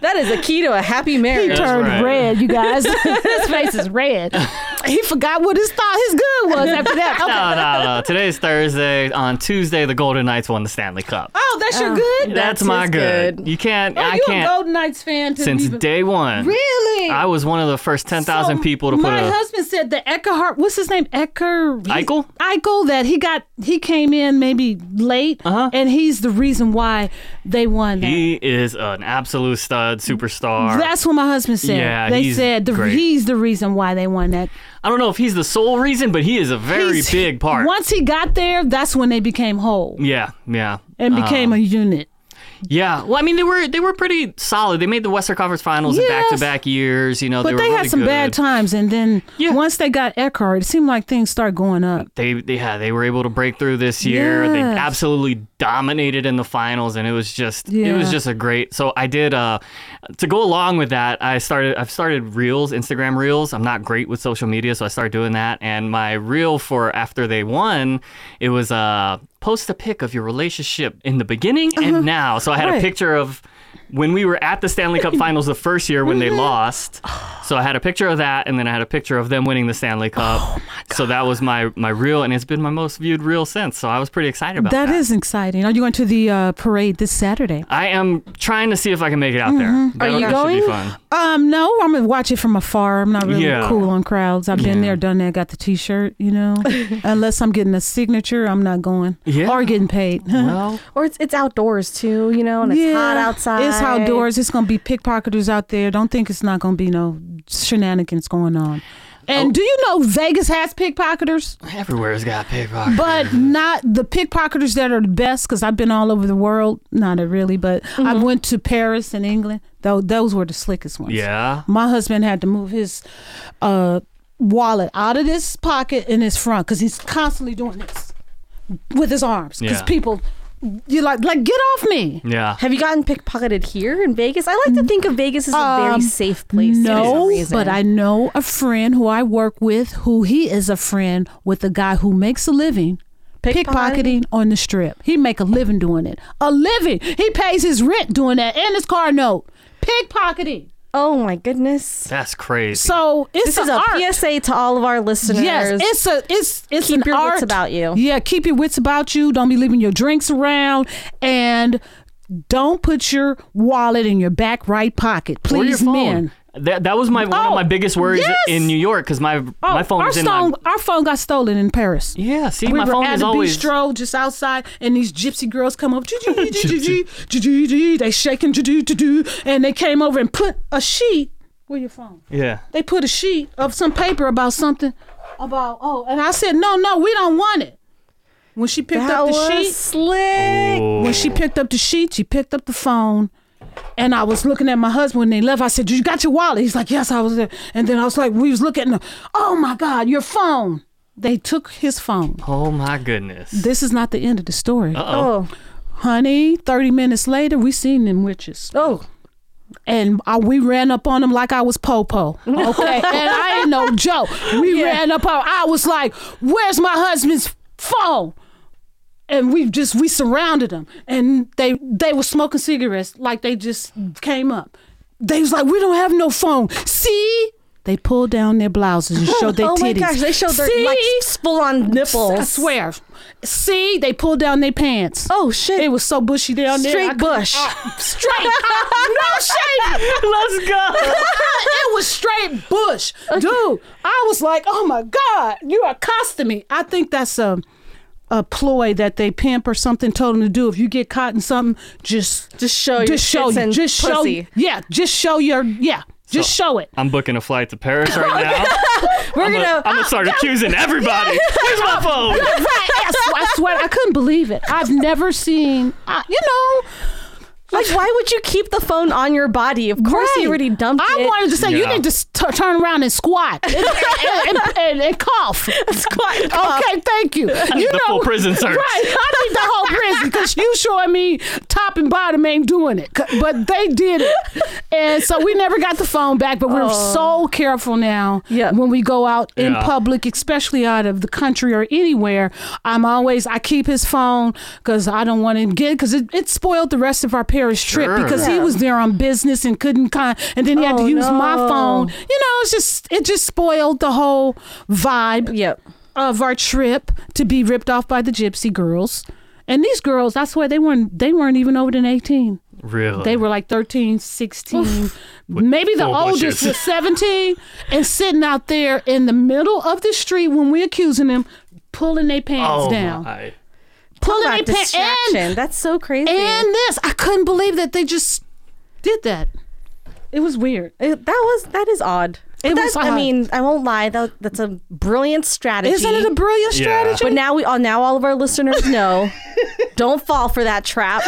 that is a key to a happy He marriage. That's turned right. red, you guys. his face is red. He forgot what his thought his good was after that. Okay. no, no, no. Today's Thursday. On Tuesday, the Golden Knights won the Stanley Cup. Oh, that's your good. That's, That's my his good. good. You can't. Oh, I you a can't. Golden Knights fan? To Since even- day one. really? I was one of the first 10,000 So, people to put My a. husband said the Eckhart. What's his name? Ecker Eichel? Eichel. That he got. He came in maybe late, Uh-huh. and he's the reason why they won. That. He is an absolute stud, superstar. That's what my husband said. Yeah, they he's said the, great. he's the reason why they won that. I don't know if he's the sole reason, but he is a very He's- big part. Once he got there, that's when they became whole Yeah, yeah, and became a unit. yeah. Well, I mean, they were they were pretty solid. They made the Western Conference Finals in back Yes. to back years. You know, they, But they, were really had some good. bad times, and then Yeah. once they got Eckhart, it seemed like things started going up. They, they yeah, they were able to break through this year. They Yes. absolutely dominated in the finals, and it was just it was Yeah. just a great. So I did uh, to go along with that. I started I've started reels, Instagram reels. I'm not great with social media, so I started doing that. And my reel for after they won, it was uh post a pic of your relationship in the beginning and now. So I had a Right. picture of. When we were at the Stanley Cup Finals the first year when they lost, so I had a picture of that, and then I had a picture of them winning the Stanley Cup. So that was Oh my my reel, and it's been my most viewed reel since. So I was pretty excited about that. that is exciting. Are you going to the uh, parade this Saturday? I am trying to see if I can make it out there. Mm-hmm. That, you that going? Should be fun. Um, no, I'm gonna watch it from afar. I'm not really Yeah. cool on crowds. I've been Yeah. there, done that, got the T-shirt. You know, unless I'm getting a signature, I'm not going. Yeah. or getting paid. Well, Or it's, it's outdoors too, you know, and it's hot outside. It's outdoors. It's gonna be pickpocketers out there. Don't think it's not gonna be no shenanigans going on. Oh. And do you know Vegas has pickpocketers, everywhere's got pickpockets. but not the pickpocketers that are the best? Because I've been all over the world, not really, but Mm-hmm. I went to Paris and England. Though those were the slickest ones. yeah, My husband had to move his uh, wallet out of this pocket in his front because he's constantly doing this with his arms because Yeah. people, you like like get off me. yeah. Have you gotten pickpocketed here in Vegas? I like to think of Vegas as a Um, very safe place. for some No, reason. but I know a friend who I work with who he is a friend with a guy who makes a living Pickpocketing? pickpocketing on the strip. He make a living doing it. A living. He pays his rent doing that and his car note. Pickpocketing. Oh my goodness. That's crazy. So it's This is an a art. PSA to all of our listeners. Yes, it's a it's it's Keep an your wits art. about you. Yeah, keep your wits about you. Don't be leaving your drinks around and Don't put your wallet in your back right pocket, please, or your phone. men. That, that was my one of Oh, my biggest worries yes! Oh, in New York because my my phone our was in phone, my our phone got stolen in Paris. yeah. See, we my were phone at is a always bistro just outside, and these gypsy girls come up, "Ju-ju-ju-ju-ju-ju-ju-ju," they shaking, ju-ju-ju-ju, and they came over and put a sheet. Where your phone? yeah. They put a sheet of some paper about something about oh, and I said, no, no, we don't want it. When she picked That up the was sheet, slick. when she picked up the sheet, she picked up the phone. And I was looking at my husband when they left. I said, You got your wallet? He's like, Yes, I was there. And then I was like, We was looking, oh my God, your phone. They took his phone. Oh my goodness. This is not the end of the story. Oh, Honey, 30 minutes later, we seen them witches. oh, And I, we ran up on them like I was Popo. Okay. and I ain't no joke. We ran up on I was like, where's my husband's phone? And we just we surrounded them. And they they were smoking cigarettes like they just came up. They was like, we don't have no phone. See? They pulled down their blouses and showed their oh my titties. gosh! They showed their See? like full on nipples. I swear. See, they pulled down their pants. Oh shit! It was so bushy down there. Straight I couldn't- bush. I- straight. no shade. Let's go. it was straight bush. Dude, I was like, oh my God, you accosted me. I think that's a, a ploy that they pimp or something told them to do. If you get caught in something, just Just show your just show tits Oh, you. and Just show pussy. Yeah, just show your yeah. Just show it. I'm booking a flight to Paris right now. We're I'm gonna, gonna. I'm gonna start accusing everybody. Here's my phone. right. I swear, I swear, I couldn't believe it. I've never seen, I, you know. like, why would you keep the phone on your body? Of course, you Right. already dumped I it. wanted to say you Yeah. need to s- t- turn around and squat and, and, and, and- and cough. Squat and cough. Okay, thank you. You The know, full prison search. Right, I need the whole prison because you showing me top and bottom ain't doing it, 'Cause- but they did it, and so we never got the phone back. But we're so careful now Oh. Yeah. when we go out in Yeah. public, especially out of the country or anywhere. I'm always I keep his phone because I don't want to get because it, it spoiled the rest of our Paris trip Sure. because he Yeah. was there on business and couldn't con- and then he had Oh, to use my no. phone. You know, it's just it just spoiled the whole vibe Yep. of our trip to be ripped off by the gypsy girls. And these girls, I swear they weren't they weren't even older than 18. Really? They were like 13, 16. Maybe the full oldest bushes. was 17 and sitting out there in the middle of the street when we're accusing them pulling their pants oh down. my. Pulling their That pants distraction. and, That's so crazy. and this. I couldn't believe that they just did that. It was weird. It- that was that is odd. But It was that's- I odd. mean, I won't lie. That, that's a brilliant strategy. Isn't it a brilliant Yeah. strategy? But now we all now all of our listeners know. don't fall for that trap.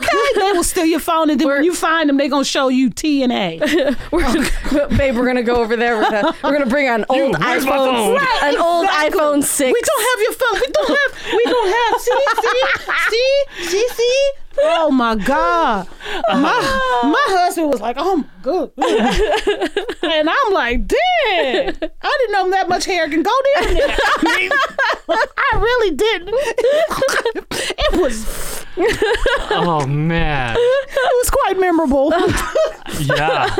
okay, they will steal your phone and then when you find them, they're gonna show you T and A. We're, babe, we're gonna go over there. We're gonna, we're gonna bring an old where's my iPhone, phone? Right, an old exactly. iPhone six. We don't have your phone. We don't have. We don't have. See, see, see, see, see. Oh my God! My my husband was like, "Oh my God," and I'm like, "Damn! I didn't know that much hair can go down there. I really didn't. it was Oh man. it was quite memorable. Yeah.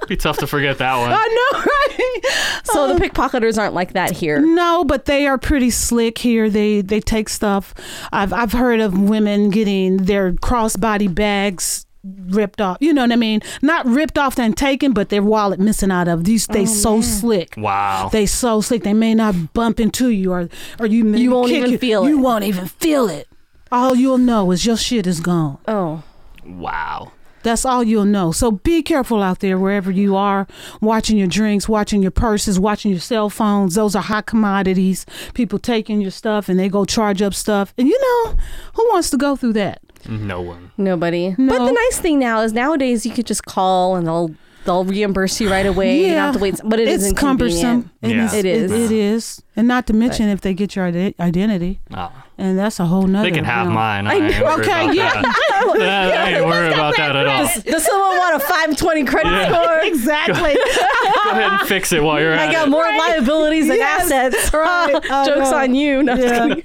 Be tough to forget that one. I know, right? so the pickpocketers aren't like that here. No, but they are pretty slick here. They they take stuff. I've I've heard of women getting their crossbody bags ripped off. You know what I mean? Not ripped off and taken, but their wallet missing out of. These Oh, they so slick. Wow. They so slick. They may not bump into you or or you may You won't kick even you. feel You it. won't even feel it. All you'll know is your shit is gone. Oh, wow. That's all you'll know. So be careful out there wherever you are, watching your drinks, watching your purses, watching your cell phones. Those are hot commodities. People taking your stuff and they go charge up stuff. And you know, who wants to go through that? No one. nobody. But No. the nice thing now is nowadays you could just call and they'll they'll reimburse you right away. You don't have to wait. But it is it's inconvenient. cumbersome. And Yeah. it's- It is. It, it is. And not to mention if they get your ide- identity. Oh. And that's a whole nother. They can have realm. mine. I ain't worried Okay, about yeah. that. That- I ain't worried about that at all. Does someone want a 520 credit score? Exactly. Go ahead and fix it while you're at I got it. more liabilities than Yes. assets. Right. I Jokes know. on you. No, I'm just kidding.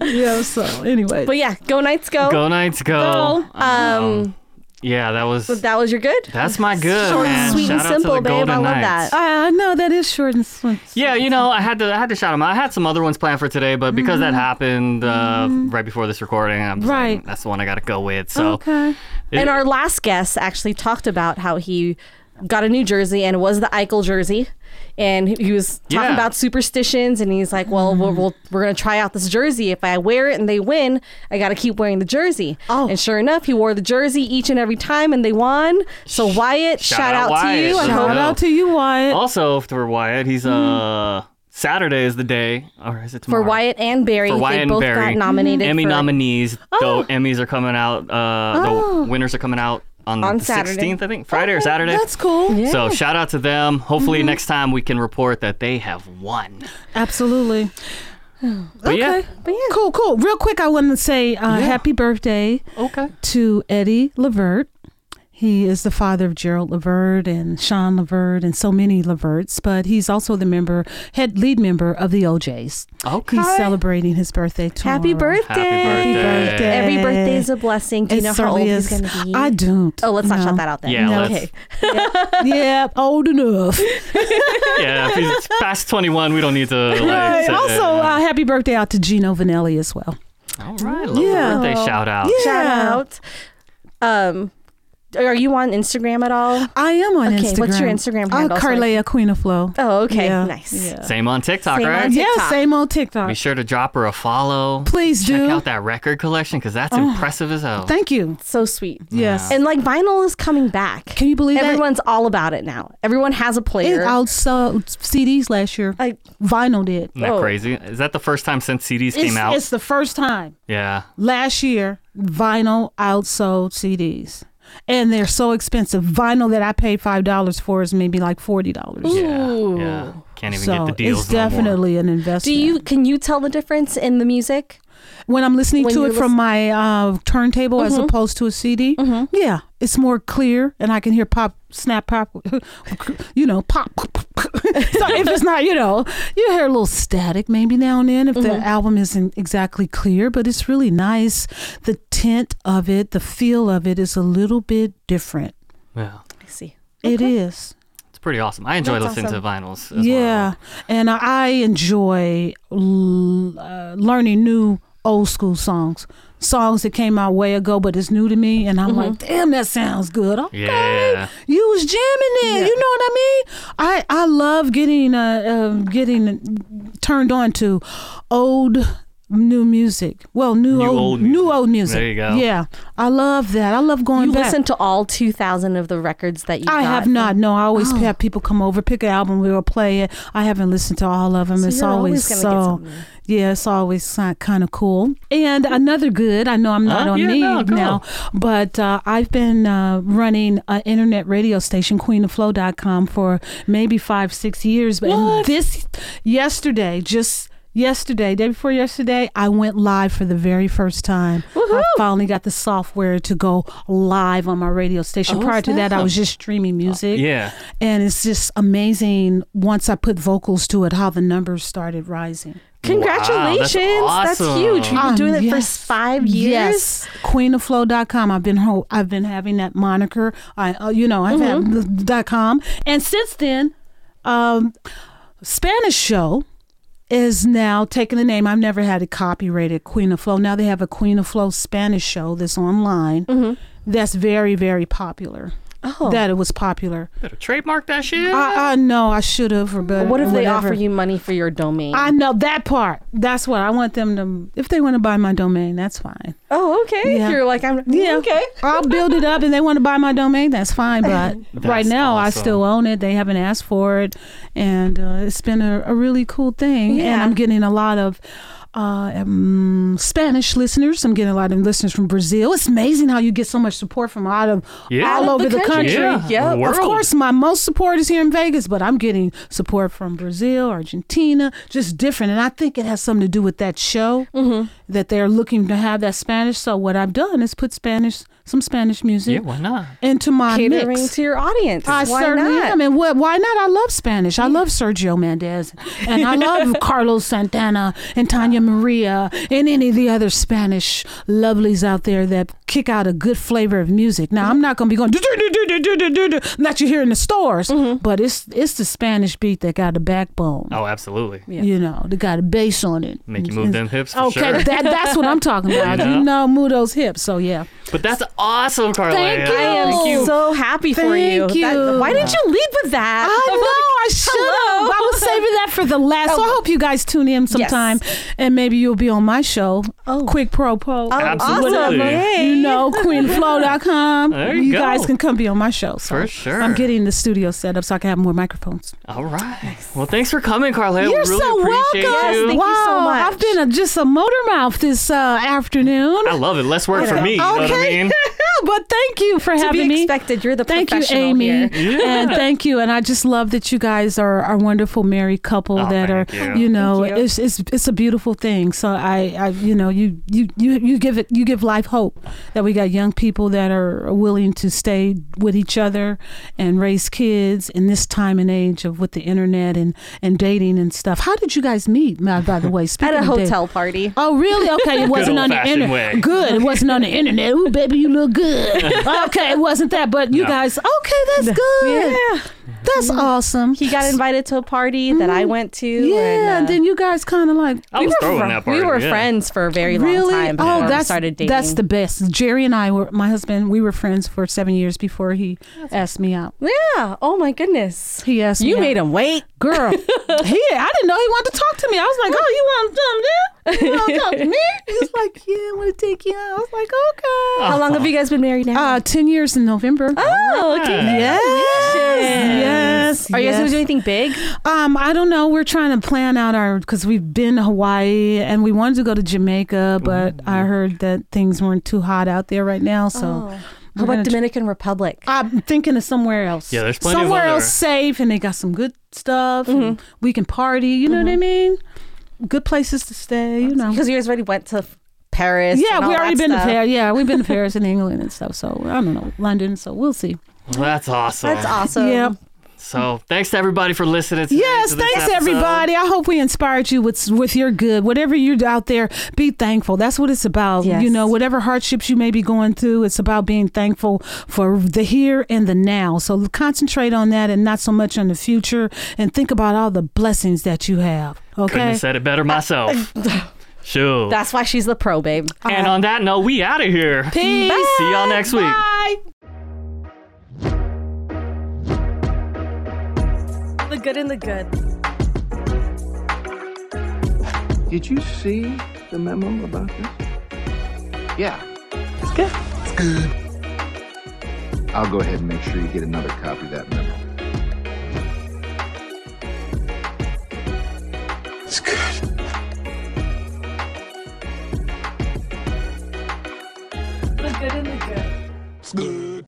yeah. yeah, so anyway. But yeah, go Knights go. Um, Go Knights go. Um, Yeah, that was That was your good. that's my good Short, man. sweet, and Shout out to simple, the babe. I Golden love Knights. that. Uh, no, that is short and sweet. Yeah, you know, I had to I had to shout them out. I had some other ones planned for today, but because that Mm-hmm. happened uh, right before this recording, I'm just Right. like, that's the one I got to go with. So Okay. it- and our last guest actually talked about how he got a new jersey and it was the Eichel jersey. And he was talking Yeah. about superstitions, and he's like, "Well, we'll, we'll we're gonna try out this jersey. If I wear it and they win, I gotta keep wearing the jersey." Oh. And sure enough, he wore the jersey each and every time, and they won. So Wyatt, shout, shout out out, to Wyatt. you. I Let's hope Shout go. out to you, Wyatt. also for Wyatt, he's uh Saturday is the day, or is it for tomorrow? Wyatt and Barry, For they Wyatt and both got Barry. nominated Emmy for nominees. Though Emmys are coming out. Uh, Oh. The winners are coming out on, On the Saturday. 16th, I think, Friday or Saturday. That's cool. So shout out to them. Hopefully next time we can report that they have won. Absolutely. But yeah. Cool, cool. Real quick, I want to say uh, happy birthday Okay. to Eddie Lavert. He is the father of Gerald Lavert and Sean Lavert and so many Laverts, but he's also the member, head lead member of the OJs. Okay. He's celebrating his birthday tomorrow. Happy birthday! Happy birthday. Every birthday is a blessing. Do you It know how old certainly he's is. gonna be? I don't. Oh, let's not No. shout that out then. Yeah, No. let's- Okay. yeah, old enough. yeah, if he's past 21, we don't need to. Like, say- also, uh, happy birthday out to Gino Vanelli as well. all right, love Yeah. the birthday shout out. Shout Yeah. out. Um, are you on Instagram at all? I am on Okay, Instagram. what's your Instagram handle Uh, so I can- Carlea Queen of Flow. Oh, okay, Yeah, nice. Yeah. Same on TikTok, Same on right? TikTok. Yeah, same old TikTok. Be sure to drop her a follow. Please Check do. out that record collection because that's impressive as hell. Thank you. So sweet. Yes. And like vinyl is coming back. Can you believe that? Everyone's all about it now. Everyone has a It player. outsold CDs last year. I- Vinyl did. Isn't that Oh. crazy? Is that the first time since CDs It's, came out? it's the first time yeah. last year vinyl outsold CDs, and they're so expensive. Vinyl that I paid five dollars for is maybe like forty dollars. Yeah. Ooh. Yeah. Can't even So get the deals. it's no more. definitely an investment. Do you can you tell the difference in the music? when I'm listening When to you're it from my uh, turntable as opposed to a CD, yeah, it's more clear and I can hear pop, snap, pop, you know, pop. pop, pop, pop. so if it's not, you know, you hear a little static maybe now and then if the album isn't exactly clear, but it's really nice. The tint of it, the feel of it is a little bit different. Yeah. I see. It is. It's pretty awesome. I enjoy That's listening awesome. to vinyls. As Yeah. And I enjoy l- uh, learning new old school songs, songs that came out way ago, but it's new to me. And I'm like, damn, that sounds good. Okay. Well. Mm-hmm. Yeah. You was jamming it. You know what I mean? I, I love getting uh, uh, getting turned on to old new music. Well, new, New old, old new music. old music. There you go. Yeah, I love that. I love going You back. listen to all two thousand of the records that Oh. you. I got have from- not. No, I always have people come over, pick an album, we'll play it. I haven't listened to all of them. So it's you're always, always gonna get so. something. yeah, it's always kind of cool. And another good. I know I'm not Huh? on Yeah, me no, go. now, but uh, I've been uh, running an internet radio station, queenoflow.com, for maybe five, six years. But and this yesterday, just. Yesterday, day before yesterday, I went live for the very first time. I finally got the software to go live on my radio station. Prior to that, I was just streaming music. Yeah. And it's just amazing once I put vocals to it how the numbers started rising. Congratulations! Wow, that's huge. You've been Um, doing it yes. for five years. Yes, queenoflow.com. I've been ho- I've been having that moniker. I uh, you know, I've Mm-hmm. had the- dot .com. And since then, um Spanish show is now taking the name. I've never had it copyrighted Queen of Flow. Now they have a Queen of Flow Spanish show that's online. That's very very popular. Mm-hmm. Oh. That it was popular. Better trademark that shit. I, I know I should have, or better. What if they whatever. offer you money for your domain? I know that part. That's what I want them to. If they want to buy my domain, that's fine. oh, okay. Yeah. You're like I'm. Yeah. Okay. I'll build it up and they want to buy my domain, that's fine. But right That's now, I awesome. still own it. They haven't asked for it. And uh, it's been a, a really cool thing. And Yeah. I'm getting a lot of. Uh, um, Spanish listeners. I'm getting a lot of listeners from Brazil. It's amazing how you get so much support from out of Yeah. Out all of over the the country. country. yeah. Yep. Of World. Of course, my most support is here in Vegas, but I'm getting support from Brazil, Argentina, just different. And I think it has something to do with that show that they're looking to have that Spanish. So what I've done is put Spanish, some Spanish music Yeah, why not? into my catering mix. to your audience. I Why certainly not? am. And what, why not? I love Spanish. I love Sergio Mendez. And I love Carlos Santana and Tanya Maria and any of the other Spanish lovelies out there that kick out a good flavor of music. Now, I'm not going to be going, "Do, do, do, do, do, do, do, do," that you hear in the stores, Mm-hmm. but it's, it's the Spanish beat that got a backbone. Oh, absolutely. You know, that got a bass on it. Make you move them hips for Okay, sure. that, that's what I'm talking about. Yeah. You know, move those hips. So, yeah. But that's awesome, Carla. Thank I am Thank you. so happy for Thank you. you. why didn't you lead with that? I know. I should hello. Oh. have. I was saving that for the last. So I hope you guys tune in sometime, and maybe you'll be on my show. Oh. Quick pro po. Oh, Absolutely. Awesome. Yay. You know, queenflow.com. There you go. guys can come be on my show. So For sure. I'm getting the studio set up so I can have more microphones. All right. Well, thanks for coming, Carla. You're really so welcome. appreciate You. thank you so Wow, much. I've been a, just a motor mouth this uh, afternoon. I love it. Less work for me. You know what I Okay. mean? but thank you for To having be me. expected. You're the Thank you, professional Amy, here. and thank you. And I just love that you guys are a wonderful married couple Oh, that are, thank you. know, Thank you. it's it's it's a beautiful thing. So I, I, you know, you you you you give it you give life hope that we got young people that are willing to stay with each other and raise kids in this time and age of with the internet and and dating and stuff. How did you guys meet? By by the way, At speaking a of dating- hotel party. Oh, really? Okay, it wasn't on the old-fashioned internet. way. Good, it wasn't on the internet. Ooh, baby, you look good. okay, it wasn't that, but you No. guys, okay, that's good. That's awesome. He got invited to a party that I went to. Mm. yeah, and, and uh, then you guys kind of like I was throwing fri- that party. we were yeah. friends for a very really. long time before oh, we that's started dating. that's the best. Jerry and I were my husband. We were friends for seven years before he asked me out. yeah. Oh my goodness. He asked You me made out. him wait. girl. he, I didn't know he wanted to talk to me. I was like, oh, you want to come there? You want to talk to me? He was like, yeah, I want to take you out. I was like, Uh, okay. How long have you guys been married now? Uh, ten years in November. oh, okay. Yes. Yes. Are you guys yes. gonna do anything big? Um, I don't know. We're trying to plan out our because we've been to Hawaii and we wanted to go to Jamaica, but I Mm-hmm. heard that things weren't too hot out there right now. So How gonna about tr- Dominican Republic? I'm thinking of somewhere else. Yeah, there's plenty of somewhere other- else safe, and they got some good stuff. Mm-hmm. And we can party. You know what I mean? Good places to stay. You know. Because you guys already went to Paris. Yeah, and we all already that been stuff. to Paris. Yeah, we've been to Paris and England and stuff. So I don't know London. So we'll see. Well, that's awesome. That's awesome. Yeah. So thanks to everybody for listening. today Yes, to this thanks episode. everybody. I hope we inspired you with with your good. Whatever you're out there, be thankful. That's what it's about. Yes. You know, whatever hardships you may be going through, it's about being thankful for the here and the now. So concentrate on that and not so much on the future and think about all the blessings that you have. Couldn't Okay. have said it better myself. sure. That's why she's the pro babe. and on that note, we out of here. Peace. See y'all next week. Bye. The good and the good. Did you see the memo about this? Yeah. It's good. It's good. I'll go ahead and make sure you get another copy of that memo. It's good. The good and the good. It's good.